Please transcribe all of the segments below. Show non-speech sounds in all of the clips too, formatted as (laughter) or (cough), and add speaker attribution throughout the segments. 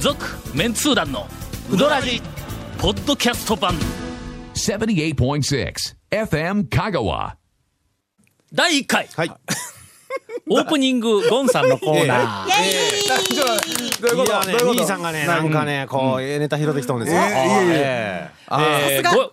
Speaker 1: 続メンツー団のウドラジポッドキャスト版
Speaker 2: 78.6 FM Kagawa.
Speaker 1: 第1回
Speaker 3: はい。
Speaker 1: オープニングゴンさんのコー
Speaker 3: (laughs)
Speaker 1: ナー
Speaker 3: どういうこと
Speaker 4: ね、兄さんがね、なんかね、こう、ネタ拾ってきたんですよ。え
Speaker 1: え
Speaker 4: え
Speaker 1: ー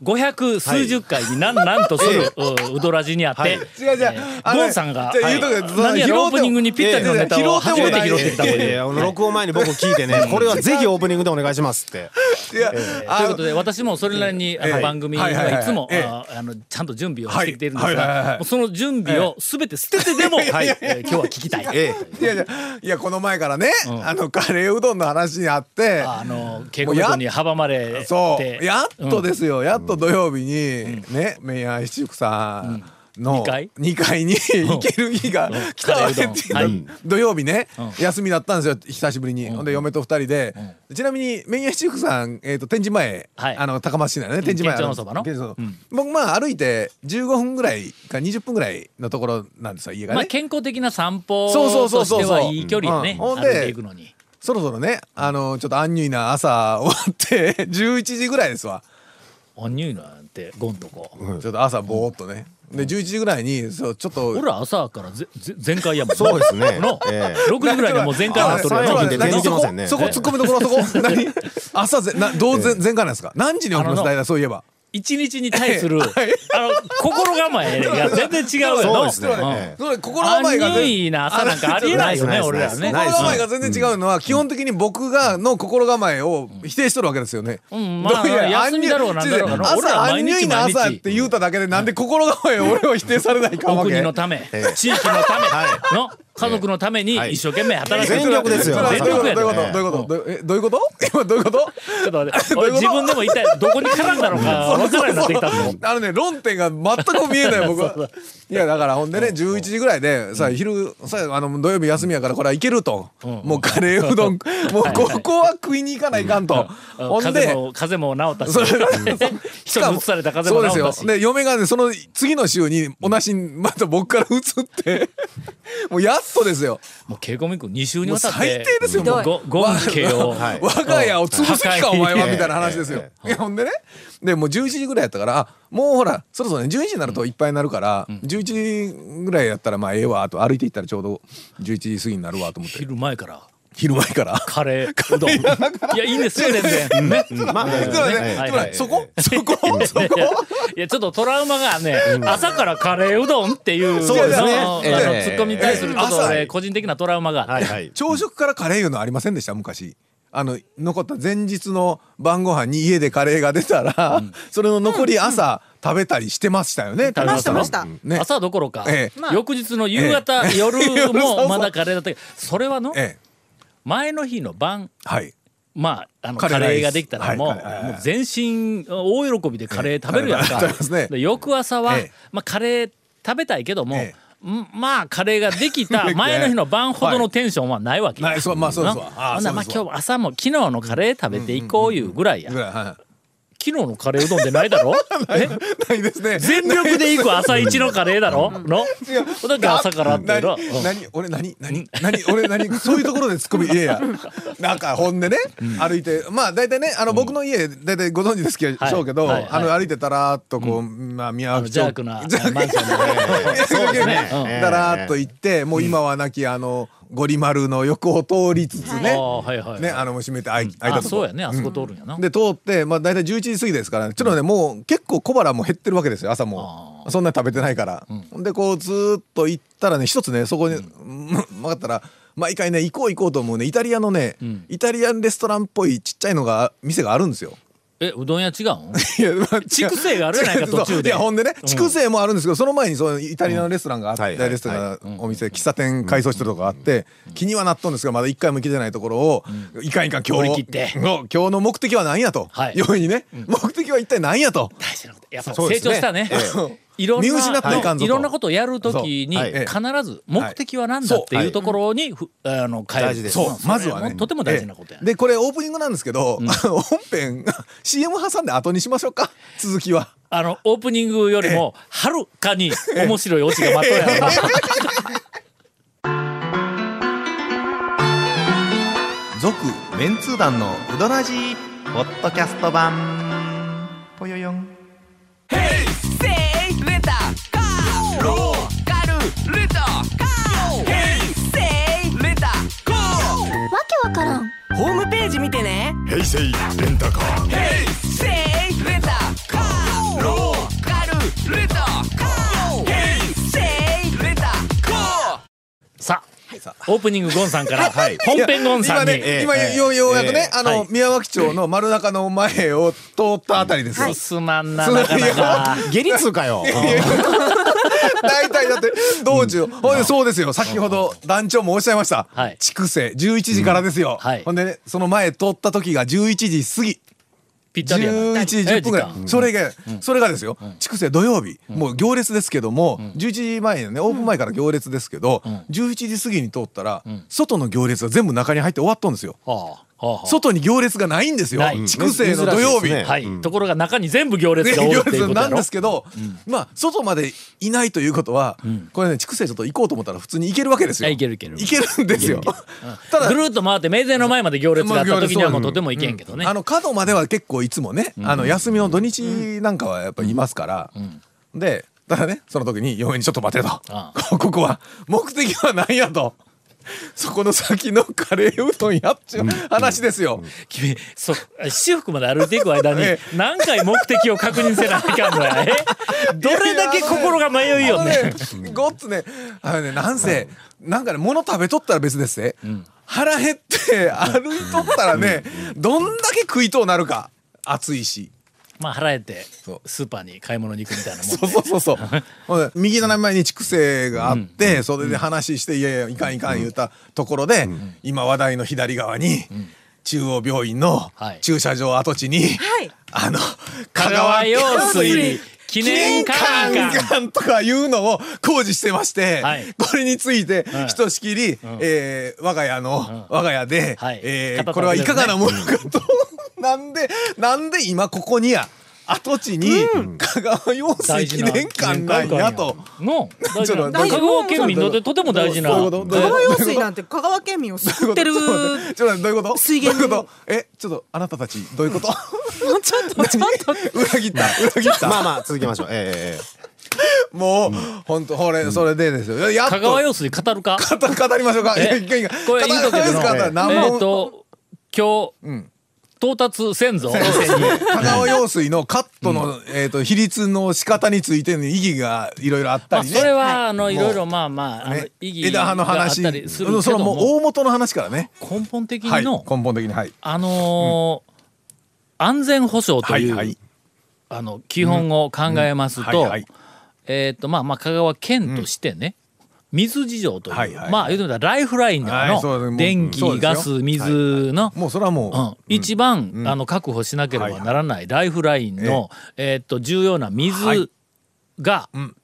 Speaker 1: ご500数十回になんなんとするうんウドラジにあって
Speaker 3: 違う違う。あの
Speaker 1: ゴンさんが
Speaker 3: じゃあ言うと
Speaker 1: はい
Speaker 3: くから
Speaker 1: 何やらオープニングにぴったりのネタを初めて拾ってきた
Speaker 3: い
Speaker 1: も
Speaker 3: や
Speaker 1: ん
Speaker 3: いや
Speaker 1: で
Speaker 4: あの録音前に僕聞いてね、これはぜひオープニングでお願いしますって。
Speaker 3: いや、あ
Speaker 1: という
Speaker 3: の
Speaker 1: ことで私もそれなりにあ
Speaker 3: え
Speaker 1: の
Speaker 3: え
Speaker 1: 番組
Speaker 3: はいはいはい
Speaker 1: はいつも
Speaker 3: ええ
Speaker 1: ああのちゃんと準備をしてきているんです
Speaker 3: はいはいはい
Speaker 1: が
Speaker 3: はい
Speaker 1: もうその準備を全て捨ててで
Speaker 3: (laughs)
Speaker 1: もはいえー今日は聞きたい。
Speaker 3: ええ、いやいやいやこの前からね、あのカレーうどんの話にあって
Speaker 1: あの稽古場に阻まれて
Speaker 3: そうやっと
Speaker 1: うん
Speaker 3: ですよ、やっと土曜日に、ね明愛七福さんの
Speaker 1: 二階
Speaker 3: 2階に行ける日が来たわけっていうの
Speaker 1: カレーうどん
Speaker 3: 土曜日ね、
Speaker 1: ん
Speaker 3: 休みだったんですよ久しぶりに、ほんで嫁と2人で、ちなみに明愛七福さん、えー、と天神前、
Speaker 1: はい
Speaker 3: あの高松市内のね天神前
Speaker 1: 県庁のそばの
Speaker 3: 県庁僕まあ歩いて15分ぐらいか20分ぐらいのところなんですよ家がね、
Speaker 1: まあ健康的な散歩
Speaker 3: そうそうそ
Speaker 1: と
Speaker 3: う
Speaker 1: し
Speaker 3: そう
Speaker 1: てはいい距離でね
Speaker 3: うん
Speaker 1: 歩
Speaker 3: ほ
Speaker 1: い
Speaker 3: んで
Speaker 1: ていくのに。
Speaker 3: そろそろねあのちょっとアンニュイな朝終わって (laughs) 11時ぐらいですわ。
Speaker 1: あんにゅいなんてゴンとこ。
Speaker 3: ちょっと朝ぼーっとね。で11時ぐらいにそうちょっと
Speaker 1: 俺ら朝からぜぜ全開やもん
Speaker 4: そうです
Speaker 1: (laughs)
Speaker 4: ね
Speaker 1: の、
Speaker 4: ええ
Speaker 1: 6時ぐらいでもう全開になっとるや
Speaker 4: あ
Speaker 1: ろ
Speaker 4: そうですね全然
Speaker 3: そ
Speaker 4: 行きま
Speaker 3: こ
Speaker 4: せんね
Speaker 3: そこ突っ込みどころそこ何朝ぜなどうぜ全開なんですか何時に起き
Speaker 1: あ
Speaker 3: ま
Speaker 1: の
Speaker 3: す大体そういえば
Speaker 1: 一日に対
Speaker 4: (laughs)
Speaker 1: する、あ
Speaker 3: はい
Speaker 1: の、心構えが全然違うや
Speaker 4: そう
Speaker 1: ろ。
Speaker 4: ですね
Speaker 1: ん
Speaker 4: ええ
Speaker 3: それ心
Speaker 1: アン
Speaker 3: 構え
Speaker 1: ニ
Speaker 3: が
Speaker 1: ュイ
Speaker 3: ね
Speaker 1: な朝なんかありえないよね、
Speaker 4: あ
Speaker 1: 俺らね。
Speaker 4: ない
Speaker 3: 心
Speaker 4: で
Speaker 3: 構
Speaker 4: す
Speaker 3: えが全然違うのは基本的に僕がの心構えを否定しとるわけですよね
Speaker 1: うんまあ
Speaker 3: どういう
Speaker 1: 休みだろうなんだろうがな
Speaker 3: 違
Speaker 1: 俺ら
Speaker 3: 朝
Speaker 1: は
Speaker 3: ア
Speaker 1: 毎
Speaker 3: ンニ
Speaker 1: 日
Speaker 3: ュイな朝
Speaker 1: 毎
Speaker 3: っ
Speaker 1: 日
Speaker 3: て言うただけでなんで心構えを俺を否定されないかん
Speaker 1: お
Speaker 3: わけ
Speaker 1: 国のため、
Speaker 4: ええ
Speaker 1: 地域のため、
Speaker 4: は
Speaker 1: の、家族のために
Speaker 4: はい
Speaker 1: 一生懸命働く。
Speaker 4: 全力ですよ
Speaker 3: それ
Speaker 1: 全
Speaker 3: は
Speaker 1: 力
Speaker 3: どうい
Speaker 1: や
Speaker 3: うこ
Speaker 1: で。
Speaker 3: とどういうことどういうこと
Speaker 1: (laughs)
Speaker 3: どういうえどういうこと今どういうこと
Speaker 1: ちょっと待って、
Speaker 3: ど
Speaker 1: 俺
Speaker 3: ういうこと
Speaker 1: 自分でも一体どこに絡んだのか、わからなくなってきたもん。
Speaker 3: あのね論点が全く見えない (laughs) 僕はいやだからほんでね11時ぐらいでさ昼さあの土曜日休みやからこれはいけるともうカレーうどんもうここは食いに行かないかんとほん
Speaker 1: 風
Speaker 3: で
Speaker 1: も、風も治ったし
Speaker 3: そう、
Speaker 1: (laughs) 人に移された風も治った
Speaker 3: そ
Speaker 1: し
Speaker 3: う。ですよで嫁がねその次の週に同じまた僕から移 (laughs) ってもうやっとですよ
Speaker 1: もう稽古みくん2週にわたって。
Speaker 3: もう最低ですよ
Speaker 1: も
Speaker 3: も
Speaker 1: う
Speaker 3: う
Speaker 1: ごごんけを。
Speaker 4: はい
Speaker 3: 我が家を潰す気か
Speaker 1: うん
Speaker 3: お前は
Speaker 4: はい
Speaker 3: みたいな話ですよ
Speaker 4: え。
Speaker 3: いやほんでねでもう11時ぐらいやったからあもうほらそろそろね11時になるといっぱいになるから、11時ぐらいやったらまあええわと歩いていったらちょうど11時過ぎになるわと思って
Speaker 1: 昼前から。
Speaker 3: 昼前から。
Speaker 1: カレー、うどん。いや、いいんですよ、全然。ね。
Speaker 4: まあ、
Speaker 3: つまり
Speaker 1: はい
Speaker 3: ね
Speaker 1: はい
Speaker 3: つまりそこそこそこ
Speaker 1: いや、ちょっとトラウマがね、朝からカレーうどんっていう、
Speaker 4: そうですね
Speaker 1: のあの、
Speaker 4: ええ
Speaker 1: ツッコミに対する、ちょっと
Speaker 3: え
Speaker 1: 俺、
Speaker 3: え
Speaker 1: 個人的なトラウマがあっ
Speaker 4: はい
Speaker 1: て。
Speaker 4: はい。
Speaker 3: 朝食からカレーいうのありませんでした昔あの残った前日の晩ご飯に家でカレーが出たら、それの残り朝食べたりしてましたよね、
Speaker 1: 食べました
Speaker 3: 田中
Speaker 1: ま
Speaker 3: さん
Speaker 1: した
Speaker 3: ね
Speaker 1: 朝どころか
Speaker 3: ええ、
Speaker 1: 翌日の夕方、
Speaker 3: (laughs)
Speaker 1: 夜もまだカレーだったけど、それはの、
Speaker 3: ええ
Speaker 1: 前の日の晩、
Speaker 3: はい
Speaker 1: まあ、あの
Speaker 3: カ
Speaker 1: カ
Speaker 3: レーライス
Speaker 1: レーができたらもう,、
Speaker 3: はいはいはいはい
Speaker 1: もう全身大喜びでカレー食べるやん
Speaker 3: ええ
Speaker 1: か、
Speaker 3: (laughs) カレー食べますね
Speaker 1: で翌朝は、
Speaker 3: ええ
Speaker 1: まあ、カレー食べたいけども、
Speaker 3: え
Speaker 1: んまあカレーができ
Speaker 3: (laughs)
Speaker 1: た前の日の晩ほどのテンションはないわけ
Speaker 3: はいないそうまあそうですわ
Speaker 1: な
Speaker 3: ああ
Speaker 1: ほんならまあ
Speaker 3: そうです
Speaker 1: 今
Speaker 3: わ
Speaker 1: 日朝も昨日のカレー食べていこういうぐらいや、
Speaker 3: ぐらいは
Speaker 1: 昨日のカレーうどんでないだろえ
Speaker 3: い (laughs) ないですね
Speaker 1: 全力で行く朝一のカレーだ
Speaker 3: (laughs)
Speaker 1: ろのだって朝からっての
Speaker 3: な何俺何何何俺何そういうところでツッコミいや
Speaker 1: (laughs)
Speaker 3: いやなんかほんでね歩いてまあ大体ねあの僕の家大体ご存知ですけ
Speaker 1: はい
Speaker 3: どしょうけど
Speaker 1: はいはい
Speaker 3: あの歩いてたらーっとこうまあ宮
Speaker 1: あの
Speaker 3: 脇
Speaker 1: ジャークなマンションのね
Speaker 3: (laughs) そうです
Speaker 1: ね
Speaker 4: うん
Speaker 3: だらーっと行ってもう今はなきあのゴリ丸の横を通りつつね
Speaker 1: ああはいはいはい
Speaker 3: ねあのもう閉めてあい開い
Speaker 1: あ
Speaker 3: たと
Speaker 1: そう
Speaker 3: こ
Speaker 1: やねあそこ通るんやな、
Speaker 3: で通って、まあ、大体11時過ぎですから、ちょっとねもう結構小腹も減ってるわけですよ朝もそんな食べてないから、でこうずーっと行ったらね一つねそこに、 (laughs) うん、曲がったら毎回ね行こう行こうと思うねイタリアのね、イタリアンレストランっぽいちっちゃいのが店があるんですよ。
Speaker 1: えうどん屋違うん
Speaker 3: いやまあ違う
Speaker 1: 畜生があるやないか
Speaker 3: そう
Speaker 1: 途中で
Speaker 3: いやほんでね
Speaker 1: うん
Speaker 3: 畜生もあるんですけどその前にそのイタリアのレストランがあって、
Speaker 4: うんはいはい
Speaker 3: レストランのお店喫茶店改装してるとこがあって気にはなっとんですがまだ一回も行けてないところをいかんいかん今日
Speaker 1: 乗り切って
Speaker 3: の今日の目的は何やと
Speaker 1: はい
Speaker 3: ようにね目的は一体何やと
Speaker 1: 大事なことやっぱ
Speaker 4: そう
Speaker 1: 成
Speaker 4: ですね
Speaker 1: 長したね。いろんな
Speaker 3: 見失っていかんぞと
Speaker 1: いろんなことをやるときに
Speaker 4: そうはい
Speaker 1: 必ず目的は何だっていうところにふあの変える
Speaker 4: 大事です
Speaker 1: そ
Speaker 3: そうまずは
Speaker 1: それ
Speaker 3: ね
Speaker 1: もとても大事なことや
Speaker 3: ええ。でこれオープニングなんですけど本編 CM 挟んで後にしましょうか続きは。
Speaker 1: あのオープニングよりもはるかに面白いオチが待っとるやろな。
Speaker 3: 続
Speaker 5: メンツー団のうどらじポッドキャスト版ぽよよん
Speaker 6: レンタカーローカルレンタカー平成レンタカー
Speaker 7: わけわからん
Speaker 6: ホームページ見てね
Speaker 8: 平成レンタカー
Speaker 6: 平成レンタカーローカルレンタカー平成レンタカー
Speaker 1: さあオープニングゴンさんから本編ゴンさんに
Speaker 3: 今ね、今よようやくね、あの、宮脇町の丸中の前を通ったあたりで
Speaker 1: 「
Speaker 3: す。
Speaker 1: すまんななかなか
Speaker 4: 下痢通かよ。
Speaker 3: (laughs) 大体だって道中、ほんでそうですよ先ほど団長もおっしゃいました
Speaker 1: はい
Speaker 3: 筑西、11時からですよ、
Speaker 1: はい
Speaker 3: ほんでねその前通った時が11時過ぎ
Speaker 1: ぴったりやな
Speaker 3: 11時10分ぐらい
Speaker 1: ええ時間
Speaker 3: それがそれがですよ筑西土曜日もう行列ですけども11時前のねオープン前から行列ですけど11時過ぎに通ったら外の行列が全部中に入って終わったんですよ
Speaker 1: はあはあ
Speaker 3: 外に行列がないんですよ
Speaker 1: ない
Speaker 3: 筑西の土曜日
Speaker 4: 珍しいですね
Speaker 1: はい、ところが中に全部行列がおるっていうこと
Speaker 3: な
Speaker 1: や
Speaker 3: ん
Speaker 1: ろ
Speaker 3: ですけど、まあ外までいないということは、これね筑西ちょっと行こうと思ったら普通に行けるわけですよ。
Speaker 1: いや行ける行ける
Speaker 3: 行けるんですよ。 (laughs) ただ
Speaker 1: ぐるーっと回って名前の前まで行列があった時にはもうとてもいけんけどね、
Speaker 3: あの角までは結構いつもね、あの休みの土日なんかはやっぱいますから、でただねその時に嫁にちょっと待てと、
Speaker 1: あ
Speaker 3: (laughs) ここは目的は何やと。 (laughs) そこの先のカレーうどんやっちゅう話ですよ。
Speaker 1: 君そう私服まで歩いていく間に
Speaker 3: (laughs) え
Speaker 1: 何回目的を確認せなあかんの
Speaker 3: (laughs)
Speaker 1: やえどれだけ心が迷いよね
Speaker 3: あのねごっつねあのねなんせなんかね物食べとったら別ですね、腹減って歩いとったらねどんだけ食いとうなるか暑いし。
Speaker 1: まあ払えて
Speaker 3: そう
Speaker 1: スーパーに買い物に行くみたいなもん
Speaker 3: そうそうそ
Speaker 1: (laughs)
Speaker 3: うそうほんで右斜め前に筑西があって、それで話して「いやいやいかんいかん」言うたところで、今話題の左側に、中央病院の
Speaker 1: はい
Speaker 3: 駐車場跡地に、
Speaker 7: い
Speaker 3: あの
Speaker 1: 香
Speaker 3: 香
Speaker 1: 川
Speaker 3: 川用
Speaker 1: 用水
Speaker 3: 水
Speaker 1: 記
Speaker 3: 記
Speaker 1: 念
Speaker 3: 念
Speaker 1: 館
Speaker 3: 館
Speaker 1: が
Speaker 3: 館とかいうのを工事してまして、
Speaker 1: はい
Speaker 3: これについて
Speaker 1: い
Speaker 3: ひとしきり、えー我が家の、我が家で、
Speaker 1: はい
Speaker 3: えー
Speaker 1: 片手
Speaker 3: これはいかがなものか
Speaker 1: (laughs)
Speaker 3: と、なんでなんで今ここにや跡地に香川用水記念館なんやと。
Speaker 1: の大
Speaker 3: ち
Speaker 1: 事
Speaker 3: ょ
Speaker 1: な
Speaker 3: っと待
Speaker 1: 香川
Speaker 3: って
Speaker 1: 県民にとってとても大事な
Speaker 3: どういうことどういうこ
Speaker 9: 香川用水なんて香川県民を救ってる
Speaker 3: ちょっと待ってちょっと待ってどういうこと
Speaker 9: 水源
Speaker 3: どういうことえちょっとあなたたちどういうこと
Speaker 9: ちょっとちょっと
Speaker 3: 裏切った裏切った
Speaker 4: まあまあ続きましょう。えええ
Speaker 3: もう本当ほれそれでですよやっと
Speaker 1: 香川用水語るか
Speaker 3: 語語りましょうか。いやいかんいかん
Speaker 1: これ言うとくけど
Speaker 3: 語りますか何
Speaker 1: えっ
Speaker 3: 本
Speaker 1: と今日、
Speaker 3: ん
Speaker 1: 到達せんぞ
Speaker 3: 香川用水のカットの、えっ、と比率の仕方についての意義がいろいろあっ
Speaker 1: ま
Speaker 3: た
Speaker 1: あ、
Speaker 3: りね。
Speaker 1: それはあのい
Speaker 3: い
Speaker 1: ろいろまあまああの
Speaker 3: ね
Speaker 1: 意義
Speaker 3: 枝
Speaker 1: が
Speaker 3: 葉の
Speaker 1: あっ
Speaker 3: 話、
Speaker 1: たりするけ
Speaker 3: うんそれ
Speaker 1: ど
Speaker 3: はもう
Speaker 1: も
Speaker 3: 大元の話からね。
Speaker 1: 根本的
Speaker 3: はい。
Speaker 1: に
Speaker 3: 根
Speaker 1: の
Speaker 3: 本的にはい。
Speaker 1: あのー安全保障と、
Speaker 3: はいいうはい。
Speaker 1: あの基本を考えますと、
Speaker 3: はいはい。
Speaker 1: えっ、とまあまあ香川県としてね、水事情という、
Speaker 3: はいはい
Speaker 1: まあ言うてみたらライフラインなの、
Speaker 3: はいそうですもう
Speaker 1: 電気、
Speaker 3: そうですよ
Speaker 1: ガス水の、
Speaker 3: もうそれはもう、
Speaker 1: うん、一番、あの確保しなければならないライフラインの、えーっと重要な水が、
Speaker 3: ん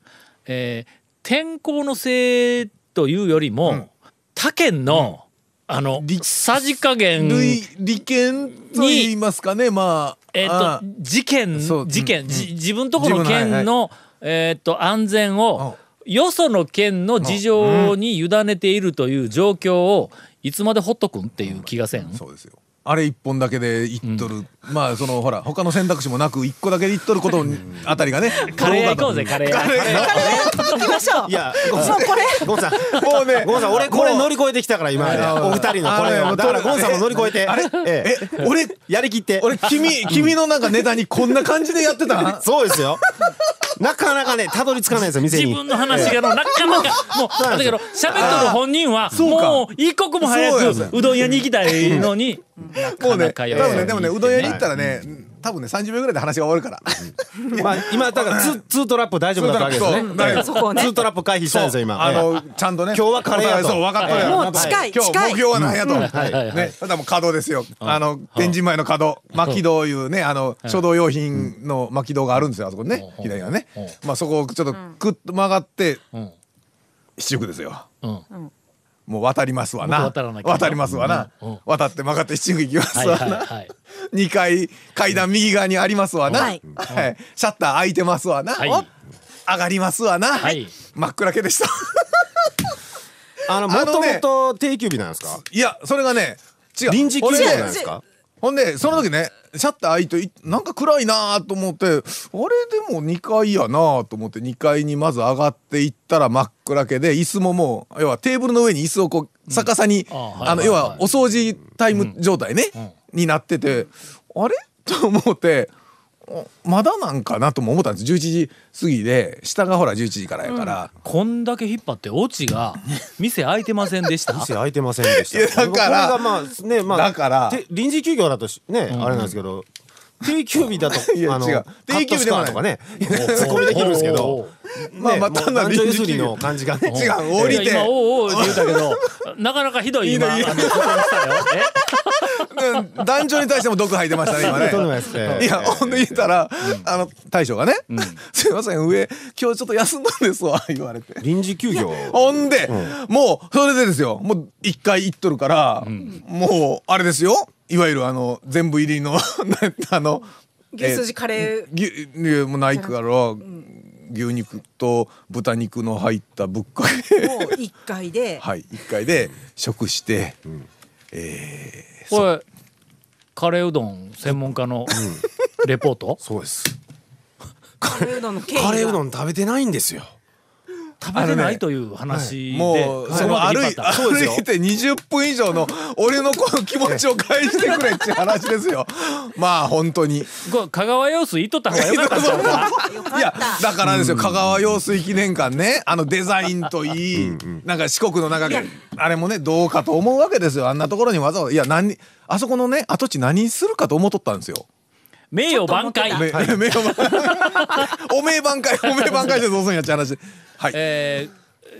Speaker 1: えー天候のせいというよりも、他県の、あの
Speaker 3: り
Speaker 1: さじ加減
Speaker 3: 類利権と言いますかね。まあ、
Speaker 1: えー
Speaker 3: あ
Speaker 1: っと事件
Speaker 3: そう
Speaker 1: 事件、
Speaker 3: うん
Speaker 1: じ自分とこの
Speaker 3: 自分のはい
Speaker 1: 県の、えーっと安全を、よその県の事情に委ねているという状況をいつまでほっとくんっていう気がせん、
Speaker 3: そうですよ。あれ一本だけで1ドル、まあそのほら他の選択肢もなく一個だけで1ドルことにあたりがね
Speaker 1: カレー屋行こうぜカレー屋
Speaker 9: 行きましょう
Speaker 4: えいやゴンさん
Speaker 9: これ
Speaker 4: ゴンさん
Speaker 3: もうね
Speaker 4: ゴンさん俺これ乗り越えてきたから今まで
Speaker 3: もう
Speaker 4: お二人のこれ
Speaker 3: あ
Speaker 4: を
Speaker 3: れ
Speaker 4: だからゴンさんも乗り越えて
Speaker 3: あれ
Speaker 4: ええ
Speaker 3: え俺
Speaker 4: やりきって
Speaker 3: 俺君君のなんかネタにこんな感じでやって
Speaker 1: (laughs)
Speaker 3: た
Speaker 4: そうですよなかなかねたどり着かないんですよ店
Speaker 1: 自
Speaker 4: に
Speaker 1: 分の話がのなかなかもうだけど喋っとる本人は
Speaker 3: うか
Speaker 1: もう一刻も早
Speaker 3: そうや
Speaker 1: くうどん屋に行きたいのに
Speaker 3: (laughs) も
Speaker 1: なか
Speaker 3: うね多
Speaker 1: なかよ
Speaker 3: 分ねでもね
Speaker 1: いいですね
Speaker 3: うどん屋に行ったらね多分ね30秒ぐらいで話が終わるから
Speaker 4: まあ今だからツーツートラップ大丈夫だったわけです
Speaker 3: ツートラップそう大丈夫
Speaker 4: ねええ
Speaker 9: そこをね
Speaker 4: ツートラップ回避したんですよ今
Speaker 3: あ
Speaker 4: え
Speaker 3: のちゃんとね
Speaker 4: 今日はカレーやと
Speaker 3: そう分かったよ
Speaker 9: もう近い
Speaker 3: 今日
Speaker 9: 近い
Speaker 3: 目標は何やと
Speaker 1: はいはいはい
Speaker 3: ねただもう稼働ですよあの天神前の稼働巻戸いうねあの書道用品の巻戸があるんですよあそこにね左側ねまあそこをちょっとくっと曲がって
Speaker 1: ん
Speaker 3: 七福ですよ
Speaker 1: うん
Speaker 3: もう渡りますわ
Speaker 1: も
Speaker 3: な
Speaker 1: う渡らなきゃ
Speaker 3: りますわな
Speaker 1: うんうん
Speaker 3: 渡って曲がって七福行きます
Speaker 1: はい
Speaker 3: わ
Speaker 1: はい
Speaker 3: な
Speaker 1: はい
Speaker 3: 2階階段右側にありますわな、
Speaker 9: は
Speaker 3: はいいシャッター開いてますわな、
Speaker 1: はい
Speaker 3: お上がりますわな、
Speaker 1: はい
Speaker 3: 真っ暗けでした
Speaker 4: あの
Speaker 3: あ
Speaker 4: も
Speaker 3: の
Speaker 4: と
Speaker 3: ね
Speaker 4: もと定休日なんですか
Speaker 3: いやそれがね違う
Speaker 4: 臨時休業なんですか
Speaker 3: ほんでその時ねシャッター開いていなんか暗いなーと思ってあれでも2階やなーと思って2階にまず上がっていったら真っ暗けで椅子ももう要はテーブルの上に椅子をこう逆さに、
Speaker 1: あはい
Speaker 3: あの
Speaker 1: はい
Speaker 3: 要
Speaker 1: は
Speaker 3: はいお掃除タイム状態ね、になっててあれと思って。おまだなんかなとも思ったんです11時過ぎで下がほら11時からやから、
Speaker 1: こんだけ引っ張ってオチが店開いてませんでした
Speaker 4: 店開いてませんでし
Speaker 3: いや
Speaker 4: た。
Speaker 3: だから
Speaker 4: これがまあねまあ
Speaker 3: だから
Speaker 4: て臨時休業だとしねあれなんですけど。定休日だと
Speaker 3: (laughs) いや
Speaker 4: あの
Speaker 3: 違う
Speaker 4: カットスコア
Speaker 3: (laughs)
Speaker 4: とかねツッコミできるんですけど、
Speaker 3: まあまあ
Speaker 4: ねもう
Speaker 3: 単なる
Speaker 4: 男女
Speaker 3: 臨時休
Speaker 4: 譲
Speaker 3: 業
Speaker 4: りの感じがね
Speaker 3: (laughs) 違う降
Speaker 1: い
Speaker 3: り
Speaker 1: や
Speaker 3: て
Speaker 1: 今おうおうって言うたけど (laughs) なかなかひどい今あ
Speaker 3: ひ
Speaker 1: の
Speaker 3: どい
Speaker 1: 発言したよ
Speaker 3: (laughs) うん男女に対しても毒吐いてましたね今
Speaker 4: そう
Speaker 3: ね
Speaker 4: なんですね
Speaker 3: いや、ほんで言ったら、あの、大将がね、 (laughs) すいません、上、今日ちょっと休んだんですわ、 (laughs) 言われて。
Speaker 4: 臨時休業
Speaker 3: ほんで、もう、それでですよ、もう、一回行っとるから、もう、あれですよ、いわゆる、あの、全部入りの、な (laughs) あの、
Speaker 9: 牛すじカレー
Speaker 3: 牛、牛もないから、牛肉と豚肉の入ったぶっかけ。
Speaker 9: を1回で、
Speaker 3: (laughs) はい、一回で食して、
Speaker 1: えこれカレーうどん専門家のレポート
Speaker 4: そうです
Speaker 9: カレーうどんの経緯が
Speaker 4: カレーうどん食べてないんですよ
Speaker 1: 食べれないという話で
Speaker 3: もう、その
Speaker 1: まで
Speaker 3: 歩
Speaker 1: 引っ張
Speaker 3: い
Speaker 1: った
Speaker 3: 歩いて20分以上の俺のこの気持ちを返してくれっていう話ですよ。まあ本当に。 (laughs)
Speaker 1: これ香川用水行っとった方がよかったんちゃうか
Speaker 9: よ
Speaker 3: い
Speaker 9: か
Speaker 3: や
Speaker 9: った
Speaker 3: だからですよ香川用水記念館ねあのデザインといいなんか四国の中であれもねどうかと思うわけですよあんなところにわざわざいや何あそこのね跡地何するかと思っとったんですよ。
Speaker 1: 名誉挽回
Speaker 9: ちょっと思って
Speaker 3: め
Speaker 9: た
Speaker 3: (laughs) めよおめえ挽回 (laughs) おめえ挽回してどうすんやっちゃう話。はい。
Speaker 1: え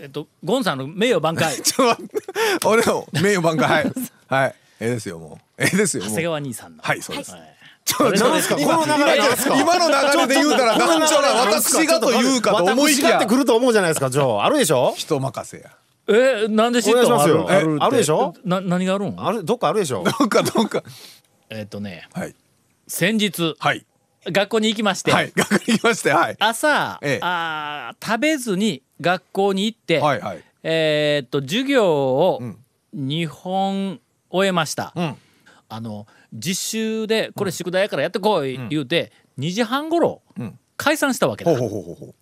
Speaker 1: ーえっとゴンさんの名誉挽回
Speaker 3: ちょっと待って俺の名誉挽回はいはいええですよもうええですよ
Speaker 1: 長
Speaker 3: もう
Speaker 1: 谷川兄さんの
Speaker 3: はいそうです、
Speaker 1: はい
Speaker 3: ちょっと
Speaker 1: 何
Speaker 3: 待
Speaker 1: で
Speaker 3: っ
Speaker 1: す
Speaker 3: て
Speaker 1: か
Speaker 3: 今
Speaker 4: この流れ何ですか
Speaker 3: 今の流れで言うたら団長ら私がと言うかと思いき
Speaker 4: 私がっ
Speaker 3: や
Speaker 4: てくると思うじゃないですかジョーあるでしょ
Speaker 3: 人任せや
Speaker 1: えーなんで知った
Speaker 4: お願いしますよ
Speaker 1: あるって
Speaker 4: あるでしょ
Speaker 1: な何があるん
Speaker 4: あるどっかあるでしょ
Speaker 3: どうかどうか
Speaker 1: えっとね
Speaker 3: はい
Speaker 1: 先日
Speaker 3: はい
Speaker 1: 学校に行きまして
Speaker 3: はい学に行きましてはい
Speaker 1: 朝、
Speaker 3: ええ
Speaker 1: あー食べずに学校に行って、
Speaker 3: はいはい
Speaker 1: えーっと授業を
Speaker 3: ん
Speaker 1: 2本終えました、
Speaker 3: ん
Speaker 1: あの実習でこれ宿題やからやってこい言うて、2時半ごろ
Speaker 3: うん
Speaker 1: 解散したわけだ、
Speaker 3: ほ
Speaker 1: ほ
Speaker 3: うほうんほうほう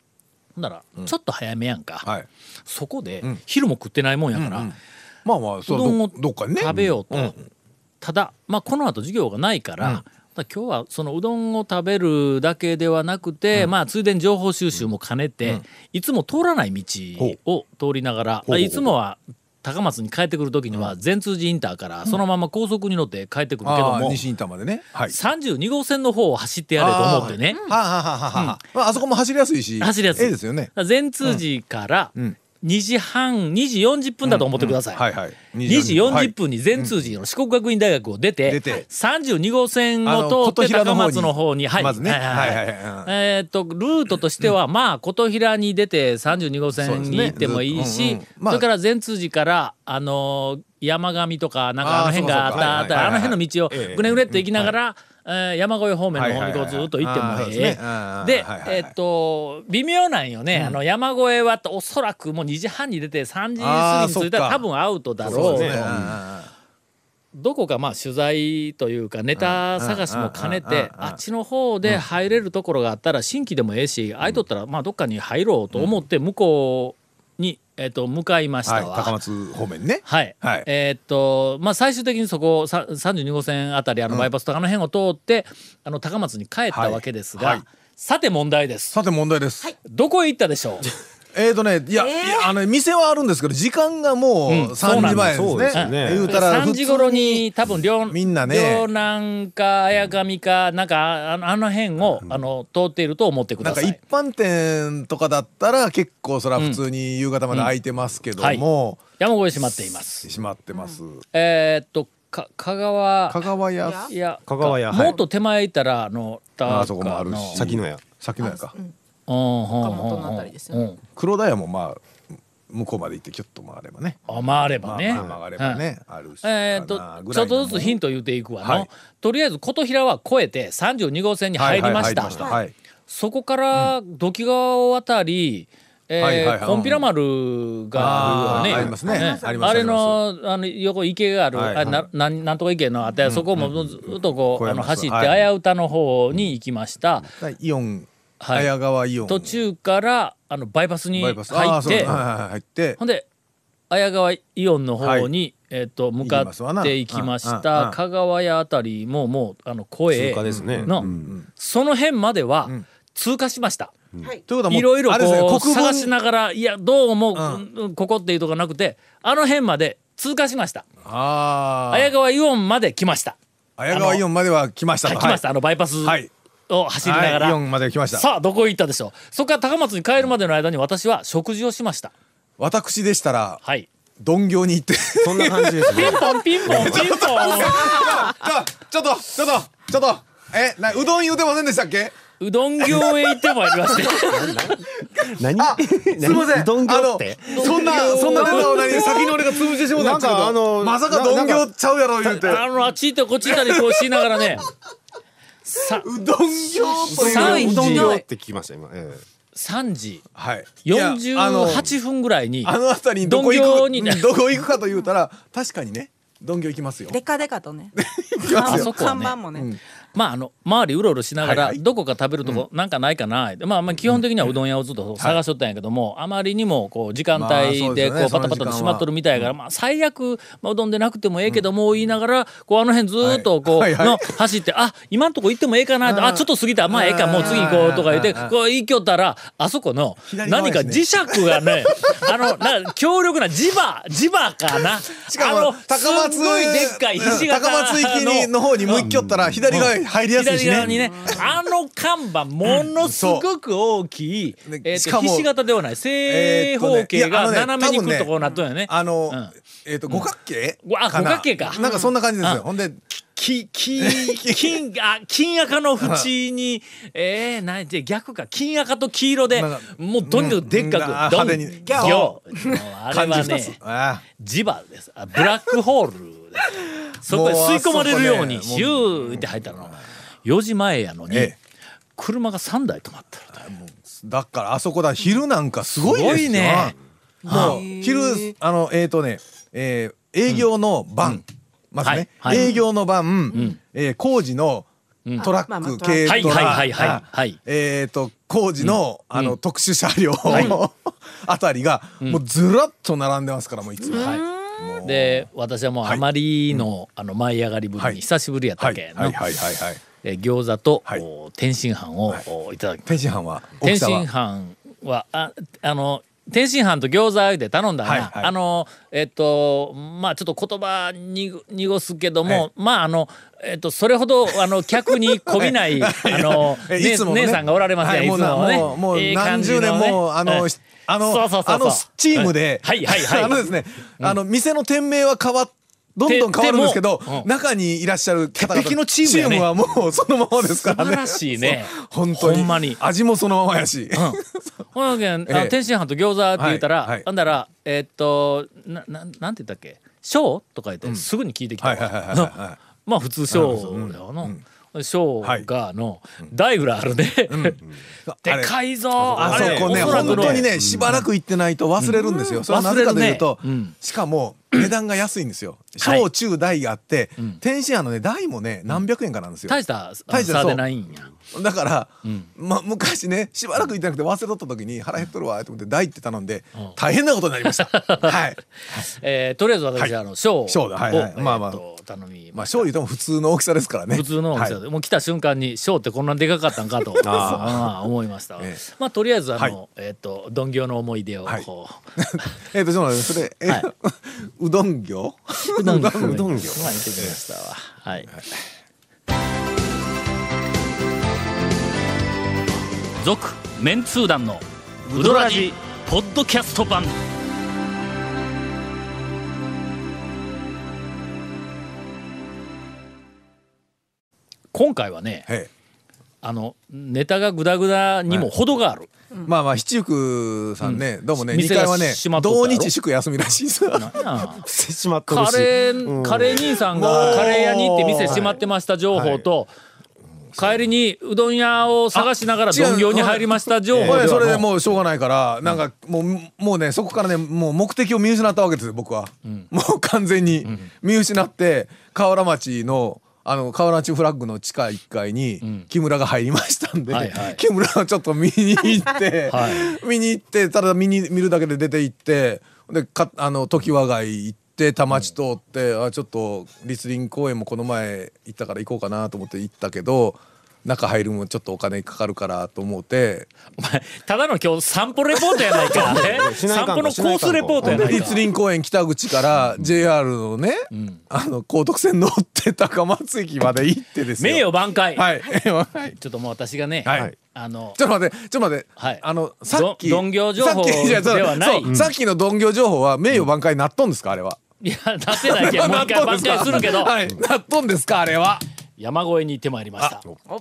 Speaker 3: ほ
Speaker 1: ならちょっと早めやんか、
Speaker 3: うはい
Speaker 1: そこで
Speaker 3: ん
Speaker 1: 昼も食ってないもんやから、
Speaker 3: まあまあ
Speaker 1: う
Speaker 3: そ
Speaker 1: どんを
Speaker 3: うどどっかにね
Speaker 1: 食べようと、
Speaker 3: ん
Speaker 1: ただ、まあ、この後授業がないから,、
Speaker 3: うん
Speaker 1: だから今日はそのうどんを食べるだけではなくて、まあ、ついでに情報収集も兼ねて、いつも通らない道を通りながら、
Speaker 3: うほうほう
Speaker 1: いつもは高松に帰ってくる時には善通寺インターからそのまま高速に乗って帰ってくるけど
Speaker 3: あ
Speaker 1: も、
Speaker 3: あ西インターまでねはい
Speaker 1: 32号線の方を走ってやれと思ってね、
Speaker 3: はあはあはあはあまああそこも走りやすいし
Speaker 1: 走りやすい
Speaker 3: ええですよね
Speaker 1: だから善通寺から
Speaker 3: うん
Speaker 1: 2時半2時40分だと思ってください。
Speaker 3: はいはい
Speaker 1: 2時
Speaker 3: はい
Speaker 1: 40分に善通寺の四国学院大学を出て,、
Speaker 3: 出て
Speaker 1: 32号線を通って
Speaker 3: あの
Speaker 1: 高
Speaker 3: 琴平の方に
Speaker 1: 松の方にはい
Speaker 3: まずね
Speaker 1: はいはいはい
Speaker 3: はいはいはいうん
Speaker 1: えーっとルートとしては、まあ琴平に出て32号線に行ってもいいしそ,、
Speaker 3: そうですねずっとうんうんまあ
Speaker 1: れから善通寺から、あのー山上とかなんかあの辺があ
Speaker 3: あ
Speaker 1: っ
Speaker 3: ー
Speaker 1: たあ
Speaker 3: そうかそうかはいはい
Speaker 1: た
Speaker 3: はい
Speaker 1: あの辺の道を
Speaker 3: ええ
Speaker 1: ぐねぐねっと行きながら、えー山越え方面の方
Speaker 3: は
Speaker 1: に
Speaker 3: い
Speaker 1: こ
Speaker 3: は
Speaker 1: う
Speaker 3: いはい
Speaker 1: ずっと行って
Speaker 3: あー
Speaker 1: も
Speaker 3: そうです
Speaker 1: え
Speaker 3: ね
Speaker 1: え
Speaker 3: あー
Speaker 1: で
Speaker 3: はいはいはい
Speaker 1: えーっと微妙なんよね、あの山越えはとおそらくもう2時半に出て3時過ぎに着いたら
Speaker 3: あーそっか
Speaker 1: 多分アウトだろ
Speaker 4: そう
Speaker 1: う
Speaker 4: です
Speaker 1: と
Speaker 4: ねうん
Speaker 1: どこかまあ取材というかネタ探しも兼ね
Speaker 3: うんうんうん
Speaker 1: てあっちの方で入れるところがあったら新規でもええし空いとったらまあどっかに入ろうと思って向こうにえっと向かいました
Speaker 3: はい高
Speaker 1: わ。
Speaker 3: 松方面ね
Speaker 1: はい、
Speaker 3: はい
Speaker 1: えーっとまあ最終的にそこさ32号線あたりあのバイパスとかあの辺を通って、あの高松に帰ったわけですが、
Speaker 3: はいはい
Speaker 1: さて問題です
Speaker 3: さて問題です
Speaker 1: どこへ行ったでし
Speaker 3: (laughs)
Speaker 1: ょう
Speaker 3: えーとねいや,、
Speaker 9: えー
Speaker 3: いやあの店はあるんですけど時間がもう
Speaker 1: うんそう
Speaker 3: 3
Speaker 1: なん
Speaker 3: 時
Speaker 1: で
Speaker 3: 前
Speaker 1: す
Speaker 3: です
Speaker 4: そうです
Speaker 3: ね。
Speaker 4: よね
Speaker 3: 言うたら
Speaker 1: 3時頃に多分両
Speaker 3: みんなね
Speaker 1: 両南か綾上かなんかあのあの辺を、あの通っていると思ってくだ
Speaker 3: なんか
Speaker 1: さ
Speaker 3: 一
Speaker 1: い。
Speaker 3: 般店とかだったら結構それは普通に夕方まで空いてますけども、
Speaker 1: 山越え閉まっています。
Speaker 3: 閉まってます。
Speaker 1: えーっとか香川
Speaker 3: 香川屋
Speaker 9: や
Speaker 1: いや
Speaker 4: 香川屋
Speaker 1: か
Speaker 4: はい
Speaker 1: もっと手前行ったらあの
Speaker 3: あそこもあるし
Speaker 1: 高
Speaker 4: 先のや
Speaker 3: 先のやか、
Speaker 1: の
Speaker 9: 岡本のあたりですよ
Speaker 1: う
Speaker 9: ね
Speaker 1: んうんうん
Speaker 3: 黒田屋もまあ向こうまで行ってちょっと回ればね。
Speaker 1: うんあ回れ
Speaker 3: ま
Speaker 1: ば
Speaker 3: あ、
Speaker 1: ね。
Speaker 3: まあ曲がればね、あるしかな。
Speaker 1: えー、とちょっとずつヒン
Speaker 3: ト
Speaker 1: ト言っていくわの、
Speaker 3: はい
Speaker 1: とりあえず琴平は越えて32号線に入りました、
Speaker 3: はいはい入りましたはい
Speaker 1: そこから土岐川を渡り、えー
Speaker 3: はいはいはい
Speaker 1: コンピラ丸があ
Speaker 3: あ
Speaker 1: る
Speaker 3: ー
Speaker 1: よね
Speaker 3: ありますねあります
Speaker 1: あれのあの横池がある、
Speaker 3: はい
Speaker 1: あななんなんとか池のあって、そこもずっとこう、
Speaker 3: うん
Speaker 1: あの
Speaker 3: 越えま
Speaker 1: 走
Speaker 3: す
Speaker 1: って、
Speaker 3: はい
Speaker 1: 綾歌の方に行きました、
Speaker 3: イオン
Speaker 1: はい
Speaker 3: 綾川イオン
Speaker 1: 途中からあのバイパスに
Speaker 3: バ
Speaker 1: 入
Speaker 3: イパスあー
Speaker 1: っ
Speaker 3: そうは
Speaker 1: て
Speaker 3: いはいはい入って
Speaker 1: ほんで綾川イオンの方に、えっと向か
Speaker 3: 行きますわな
Speaker 1: っていきまし
Speaker 3: うんうんう
Speaker 1: た
Speaker 3: ん
Speaker 1: 香川屋あたりももうあの声
Speaker 4: 通過ですね
Speaker 1: の、その辺までは
Speaker 3: ん
Speaker 1: 通過しました。
Speaker 9: はい
Speaker 3: ということはもう
Speaker 1: いろいろ
Speaker 3: あれですね
Speaker 1: こう
Speaker 3: 国分
Speaker 1: 探しながらいやどうも
Speaker 3: ん
Speaker 1: うんここっていうとこなくてあの辺まで通過しました
Speaker 3: あ
Speaker 1: 綾
Speaker 3: ー
Speaker 1: 川イオンまで来ました
Speaker 3: 綾川イオンまでは来ました
Speaker 1: はい
Speaker 3: と
Speaker 1: 来ましたあのバイパス
Speaker 3: はい
Speaker 1: を走りなが
Speaker 3: はいイ
Speaker 1: ら
Speaker 3: オンまで来ました
Speaker 1: さあどこ行ったでしょうそこから高松に帰るまでの間に私は食事をしました
Speaker 3: 私でしたら
Speaker 1: はい
Speaker 3: 鈍行に行って
Speaker 4: そんな
Speaker 3: (laughs)
Speaker 4: 感じです
Speaker 1: ピ
Speaker 4: ね
Speaker 1: ンポンピンポンピンポ
Speaker 3: ちょっとちょっとちょっとえなうどん言うてませんでしたっけ
Speaker 1: ンうどん行へ行ってまいりまして
Speaker 4: 何す
Speaker 3: すいません
Speaker 4: うどん
Speaker 3: あ
Speaker 4: 行
Speaker 3: の
Speaker 4: って
Speaker 3: そ
Speaker 1: (laughs)
Speaker 3: んなそんなネタを何先に俺が潰してしもうたんですけ
Speaker 4: なんかあ
Speaker 3: ど
Speaker 4: の
Speaker 3: まさか
Speaker 4: なな
Speaker 3: 鈍
Speaker 4: んか
Speaker 3: 行ちゃうやろ言うて
Speaker 1: あのあっち行ったりこっち行ったりこうしながらねさ
Speaker 3: うどん行という
Speaker 1: 寒いう
Speaker 4: どん
Speaker 1: 時
Speaker 4: 行って聞きました今え
Speaker 1: 3時
Speaker 3: はいいやあの
Speaker 1: 48分ぐらいに
Speaker 3: あの辺りにどこ
Speaker 1: 鈍
Speaker 3: 行
Speaker 1: 行
Speaker 3: く
Speaker 1: にね
Speaker 3: どこ行くかと言うたら確かにね鈍行行きますよ
Speaker 9: でかでかとね
Speaker 3: 行きます
Speaker 1: あ
Speaker 3: よ
Speaker 1: そこは
Speaker 9: 看
Speaker 1: ね
Speaker 9: 板もね、
Speaker 1: まああの周りうろうろしながら、
Speaker 3: はいはい
Speaker 1: どこか食べるとこなんかないかな、まあまあ基本的にはうどん屋をずっと探しとったんやけども、あまりにもこう時間
Speaker 3: まあそうで
Speaker 1: 帯
Speaker 3: すよ
Speaker 1: で
Speaker 3: ね
Speaker 1: こう
Speaker 3: そ
Speaker 1: パタ
Speaker 3: の
Speaker 1: パタと
Speaker 3: 時間は
Speaker 1: 閉まっとるみたいやから、まあ最悪、まあ、うどんでなくてもええけども、言いながらこうあの辺ずーっとこう、
Speaker 3: はいはい
Speaker 1: の走ってあ今のとこ行ってもええかなとあちょっと過ぎたまあええかもう次行こうとか言ってこう行きよったらあそこの
Speaker 3: 左側
Speaker 1: 何
Speaker 3: です
Speaker 1: か
Speaker 3: ね
Speaker 1: 磁石がね (laughs) あのな強力な磁場磁場かな
Speaker 3: (laughs) しか
Speaker 1: あの
Speaker 3: も高松
Speaker 1: すっごいでっかいひし形
Speaker 3: 高松行きにの方に向き寄ったら左側に入りやす
Speaker 1: 左
Speaker 3: いし
Speaker 1: 側に
Speaker 3: ね
Speaker 1: ね、あの看板、ものすごく大きい、
Speaker 3: うんそう
Speaker 1: えっ
Speaker 3: し
Speaker 1: と、
Speaker 3: か
Speaker 1: ひ
Speaker 3: も
Speaker 1: し形ではない、正方形が斜めにくるとこうなっとんやね。
Speaker 3: あの
Speaker 1: うん
Speaker 3: えっと五角形
Speaker 1: うんあ
Speaker 3: な
Speaker 1: 五角形か
Speaker 3: なんかそんな感じです
Speaker 1: うん
Speaker 3: よほんで
Speaker 1: き、き、 (laughs) 金、あ、金赤の縁に、えー、なんて逆か、金赤と黄色で
Speaker 3: なんか、
Speaker 1: もうとにかくでっ
Speaker 3: うん
Speaker 1: か
Speaker 3: あ
Speaker 1: く、どん、
Speaker 3: 派手に
Speaker 1: ぎょうもうあれ
Speaker 3: 漢字
Speaker 1: は
Speaker 3: 二つ
Speaker 1: ね、
Speaker 3: あ
Speaker 1: 磁場です。あブラックホールです。そこへ吸い込まれるよう
Speaker 3: も
Speaker 1: に、
Speaker 3: うあそこね
Speaker 1: シューって入ったの。4時前やのに、
Speaker 3: ええ
Speaker 1: 車が3台止まったの
Speaker 3: ーだからあそこだ昼なんかすごいですよ
Speaker 1: すごいね
Speaker 3: もう昼あのえっとねえー営業の晩まずね
Speaker 1: はいはい
Speaker 3: 営業の晩えー工事のトラ
Speaker 9: まあま
Speaker 3: ッ
Speaker 9: あ
Speaker 3: ク軽
Speaker 1: はい
Speaker 3: ト
Speaker 1: はい
Speaker 3: ラ
Speaker 1: はいはいはい。
Speaker 3: えー、と工事の,、あ
Speaker 1: う
Speaker 3: の
Speaker 1: ん
Speaker 3: 特殊車両、
Speaker 1: い
Speaker 3: (laughs) あたりが、もうずらっと並んでますからもういつも。
Speaker 1: はい、で私はもう
Speaker 3: はい
Speaker 1: あまりの,、あの舞い上がりぶりに、
Speaker 3: はい
Speaker 1: 久しぶりやった
Speaker 3: は
Speaker 1: っ
Speaker 3: い、
Speaker 1: け、
Speaker 3: は
Speaker 1: ない
Speaker 3: はいはいはい
Speaker 1: え餃子と、
Speaker 3: はい
Speaker 1: お天津飯を、おいただき
Speaker 3: 天津飯は大
Speaker 1: 天
Speaker 3: きさ
Speaker 1: 津
Speaker 3: は
Speaker 1: 飯はああの天津飯と餃子で頼んだら、
Speaker 3: はいはい
Speaker 1: あのえっとまあちょっと言葉に濁すけども、まああのえっとそれほどあの客に媚びないあの、
Speaker 3: (laughs) え
Speaker 1: ね
Speaker 3: いつものね
Speaker 1: 姉さんがおられます
Speaker 3: はい
Speaker 1: ね、
Speaker 3: も
Speaker 1: い
Speaker 3: う
Speaker 1: つ
Speaker 3: な
Speaker 1: ものね
Speaker 3: もうもう
Speaker 1: ええ感
Speaker 3: 何
Speaker 1: じ
Speaker 3: 十年
Speaker 1: のね
Speaker 3: もあの、
Speaker 1: ええ
Speaker 3: しあの
Speaker 1: そうそうそうそう
Speaker 3: あのスチームで、
Speaker 1: はいはいはいはい
Speaker 3: (laughs) あのですね、あの店の店名は変わっどんどん変わるんですけど
Speaker 1: てでもうん
Speaker 3: 中にいらっしゃる方々
Speaker 1: 鉄壁のチームやね
Speaker 3: はもうそのままですから
Speaker 1: 素
Speaker 3: ね
Speaker 1: 晴らしいね
Speaker 3: そう本当に
Speaker 1: ほんまに
Speaker 3: 味もそのままやし、
Speaker 1: ほなけん、あ
Speaker 3: え
Speaker 1: の
Speaker 3: え
Speaker 1: 天津飯と餃子って言ったら、
Speaker 3: はいはい
Speaker 1: あんだら、えーっと、な、なん、なんて言ったっけ。ショーとか言って、すぐに聞いてきたわ。
Speaker 3: はいはいはいはいはい
Speaker 1: な (laughs) まあ、普通ショーだよな。ショーがあの、大浦あるね。 (laughs) でかいぞ。
Speaker 3: あそこね
Speaker 1: おそらく
Speaker 3: 本
Speaker 1: の
Speaker 3: 当にねしばらく行ってないと忘れるんですよ、それはなぜかというと、
Speaker 1: 忘れるねうん
Speaker 3: しかも値段が安いんですよ
Speaker 1: はい
Speaker 3: 小中大があって、天津飯のね大もね何百円かなんですよ、
Speaker 1: 大した、あの
Speaker 3: 大した
Speaker 1: 差
Speaker 3: そう
Speaker 1: でないんや。
Speaker 3: だから、ま、昔ねしばらく行ってなくて忘れとった時に腹減っとるわと思って大って頼んで、大変なことになり
Speaker 1: (laughs)
Speaker 3: ましたはい
Speaker 1: えーとりあえず、私、あの、ショ
Speaker 3: ショーだはいはい
Speaker 1: ーを、
Speaker 3: まあまあ
Speaker 1: えーっと頼み
Speaker 3: まあ
Speaker 1: ました。
Speaker 3: 醤油でも普通の大きさですからね
Speaker 1: 普通のお店で、
Speaker 3: はい
Speaker 1: もう来た瞬間にショーってこんなにでかかったんかとああ思いました、
Speaker 3: ええ
Speaker 1: まあとりあえずあの、
Speaker 3: はい
Speaker 1: えーっとどんぎょうの思い出を
Speaker 3: はい
Speaker 1: こう、
Speaker 3: えっとそうなんですそれ、え
Speaker 1: はい
Speaker 3: (laughs) うどん業
Speaker 1: うどん業。
Speaker 4: うどん業
Speaker 1: はい、行ってきましたわ。はい。続、メンツー団のウドラジポッドキャスト版。今回はね、
Speaker 3: ええ
Speaker 1: あのネタがグダグダにも程がある。
Speaker 3: まあまあ七福さんね、どうもね2
Speaker 1: 店が
Speaker 3: 階はね
Speaker 1: 閉まっとったやろ
Speaker 3: 同日祝休みらしいです
Speaker 1: なんや
Speaker 4: してしまっとるし
Speaker 1: カレー、カレー兄さんがカレー屋に行って店閉まってました情報と、帰りにうどん屋を探しながら
Speaker 3: あ違う
Speaker 1: どん業に入りました情
Speaker 3: こ
Speaker 1: 報
Speaker 3: れ
Speaker 1: で
Speaker 3: それで
Speaker 1: はもう
Speaker 3: もうしょうがないからなんかもうもうねそこからねもう目的を見失ったわけです僕は、もう完全に見失って河原町のあの河原町フラッグの地下1階に木村が入りましたんで、
Speaker 1: はいはい
Speaker 3: 木村をちょっと見に行っ
Speaker 1: (laughs)
Speaker 3: て、
Speaker 1: はい
Speaker 3: 見に行ってただ見に見るだけで出て行ってでかあの常盤街行って。田町通って、あちょっと立林公園もこの前行ったから行こうかなと思って行ったけど中入るのもちょっとお金かかるからと思って
Speaker 1: お前ただの今日散歩レポートやないかえ
Speaker 4: しない
Speaker 1: 散
Speaker 4: か
Speaker 1: 歩の
Speaker 4: ん
Speaker 1: コースレポートやないか
Speaker 3: 立林公園北口から JR のね、あの高徳線乗って高松駅まで行ってですよ
Speaker 1: 名誉挽回、
Speaker 3: はい (laughs) はい
Speaker 1: ちょっともう私がね、
Speaker 3: はい
Speaker 1: あの
Speaker 3: ちょっと待ってちょっと待って、
Speaker 1: はい
Speaker 3: あのさっき
Speaker 1: どどん業情報
Speaker 3: さっきいやそう
Speaker 1: ではない
Speaker 3: そうさっきのどん業情報は名誉挽回なっとんですかあれは、
Speaker 1: いやなってないけどもう
Speaker 3: なっ
Speaker 1: 一回
Speaker 3: と
Speaker 1: 挽
Speaker 3: んですか
Speaker 1: 回するけど、
Speaker 3: (laughs) はいなっとんですかあれは
Speaker 1: 山越えに行ってまいりました
Speaker 3: よか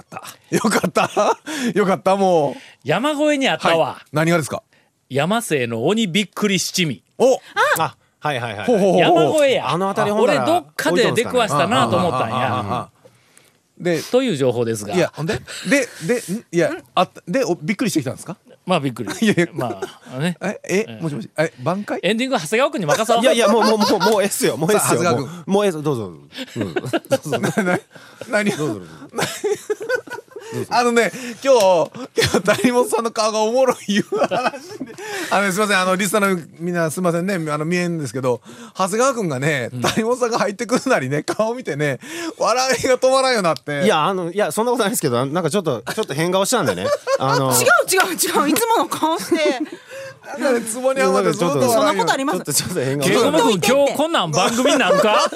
Speaker 3: ったよかった (laughs) よかったもう
Speaker 1: 山越えにあったわ、
Speaker 3: い何がですか
Speaker 1: 山生の鬼びっくり七味
Speaker 3: お
Speaker 4: あはいはいはい
Speaker 3: ほうほうほう
Speaker 1: 山越えや
Speaker 4: あの辺りほんな
Speaker 1: 俺
Speaker 4: ら
Speaker 1: どっかで出くわしたなと思ったんや
Speaker 3: やで
Speaker 1: という情報ですが
Speaker 3: いやほんでででんいやあったでおびっくりしてきたんですか
Speaker 1: まあびっくり
Speaker 3: いやいや
Speaker 1: まあね
Speaker 3: ええもしもしえ挽回
Speaker 1: エンディングは長谷川君に任そう
Speaker 4: いやいやもうもうもうもうええっすよもうええっすよ
Speaker 3: さあ長
Speaker 4: も
Speaker 3: 谷
Speaker 4: う
Speaker 3: 川
Speaker 4: もうええっすどうぞどうぞ
Speaker 3: (laughs) 何を (laughs) あのね今日今日谷本さんの顔がおもろいいう話であのすいませんあのリスナーのみんなすいませんねあの見えんですけど長谷川君がね谷本さんが入ってくるなりね顔見てね笑いが止まらんようになって
Speaker 4: いやあのいやそんなことないですけどなんかちょっとちょっと変顔したん (laughs) でねあの
Speaker 9: 違う違う違ういつもの顔して
Speaker 3: つぼにあまでずっと笑いよう
Speaker 9: そん
Speaker 3: な
Speaker 9: なことありま
Speaker 4: ちょ
Speaker 9: す
Speaker 4: っとちょっと変顔
Speaker 1: ケイコ
Speaker 4: し
Speaker 1: ム
Speaker 4: た
Speaker 1: 君今日こんなん番組なんか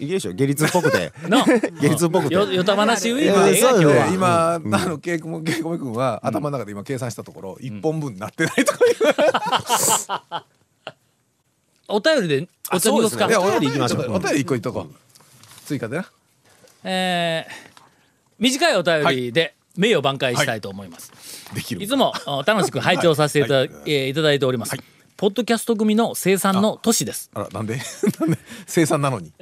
Speaker 4: いいでしょ下痢っぽ
Speaker 1: (laughs)
Speaker 4: くて
Speaker 1: の
Speaker 4: 下痢っぽくて
Speaker 1: よよたまなしウィー
Speaker 3: 今
Speaker 1: クでええ
Speaker 3: ね
Speaker 1: や
Speaker 4: そ
Speaker 1: 今
Speaker 4: う
Speaker 1: 日
Speaker 4: だね
Speaker 1: は
Speaker 3: 今、あの稽古も稽古も君は、頭の中で今計算したところ一本分なってないとか言う、
Speaker 1: お便りでお茶濁すか
Speaker 3: いや
Speaker 4: お便り行きまし
Speaker 3: ち
Speaker 4: ょ
Speaker 3: ょ
Speaker 4: う
Speaker 3: っとお便り一個いっとこう、追加でな
Speaker 1: えー短いお便りで名誉挽回したいと思います、
Speaker 3: でき
Speaker 1: い、つもお楽しく拝聴させていた,、
Speaker 3: はい
Speaker 1: いえーいただいております、ポッドキャスト組の生産の都市です
Speaker 3: あらなんで (laughs) なんで生産なのに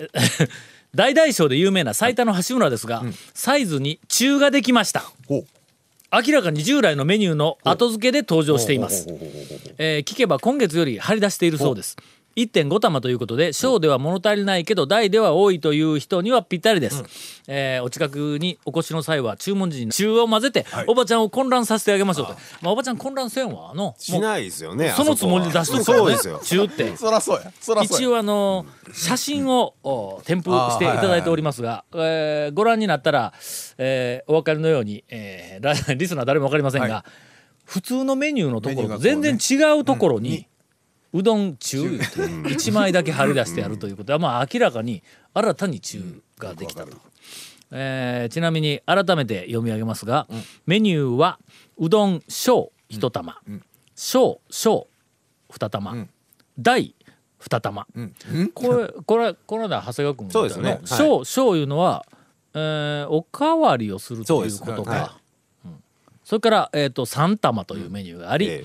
Speaker 1: 大大小で有名な最多の橋村ですが、サイズに中ができました
Speaker 3: ほう
Speaker 1: 明らかに従来のメニューの後付けで登場しています
Speaker 3: ほうほうほうほう
Speaker 1: えー聞けば今月より張り出しているそうです1.5玉ということで小では物足りないけど大では多いという人にはぴったりです、えーお近くにお越しの際は注文時に中を混ぜて、
Speaker 3: い
Speaker 1: おばちゃんを混乱させてあげましょうとまあ、おばちゃん混乱せんわあの
Speaker 4: しないですよね
Speaker 1: そのつもりで出しとくから
Speaker 4: そう
Speaker 1: ね
Speaker 4: ですよ
Speaker 1: 中って
Speaker 3: そらそうやそらそう
Speaker 1: 一
Speaker 3: や
Speaker 1: 応あの写真をお添付していただいておりますが、えーご覧になったら、えーお分かりのように、えーラ (laughs) リスナー誰も分かりませんが、
Speaker 3: は
Speaker 1: 普通のメニューのとこ
Speaker 3: メニュ
Speaker 1: ろ
Speaker 3: ーが
Speaker 1: と
Speaker 3: こうね
Speaker 1: 全然違うところに、うどん中1枚 (laughs) だけ張り出してやるということは、まあ、明らかに新たに中ができたと。えーちなみに改めて読み上げますが、メニューはうどん小1玉、小小2玉、大2玉、これこれこの間長谷川君も言った
Speaker 4: そうですねはい
Speaker 1: 小、小いうのは、えーおかわりをするという
Speaker 4: そ
Speaker 1: こ
Speaker 4: うです
Speaker 1: とかそ,、
Speaker 4: は
Speaker 1: れから、えー、と3玉というメニューがあり、
Speaker 4: ええ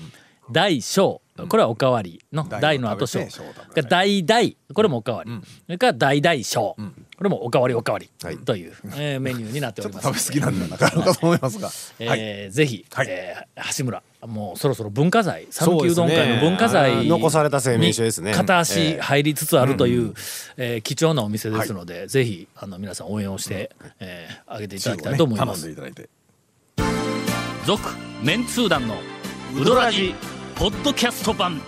Speaker 1: 大小これはおかわりの、
Speaker 3: 大
Speaker 1: 大の後小
Speaker 3: 食べて小を食べて
Speaker 1: が大大これもおかわり、それから大大小、これもおかわりおかわり
Speaker 4: はい
Speaker 1: という、えーメニューになっております
Speaker 3: 食べ過ぎなんだなかなかと思いますが、はい
Speaker 1: えーぜひ、
Speaker 3: はい
Speaker 1: えー橋村もうそろそろ文化財讃岐うどん会の文化
Speaker 4: そうです
Speaker 1: 財
Speaker 4: ね残された生命書ですね
Speaker 1: に片足入りつつあるという、えー貴重なお店ですので、ぜひあの皆さん応援をして、えーあげていただきたいと思いま
Speaker 3: 頼ん
Speaker 1: す
Speaker 3: でいただいて
Speaker 1: 続メンツー団のウドラジポッドキャスト版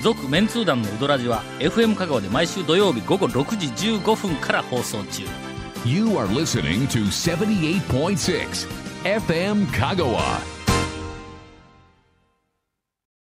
Speaker 1: 続メンツー団のウドラジは FM 香川で毎週土曜日午後6時15分から放送中
Speaker 2: You are listening to 78.6 FM Kagawa.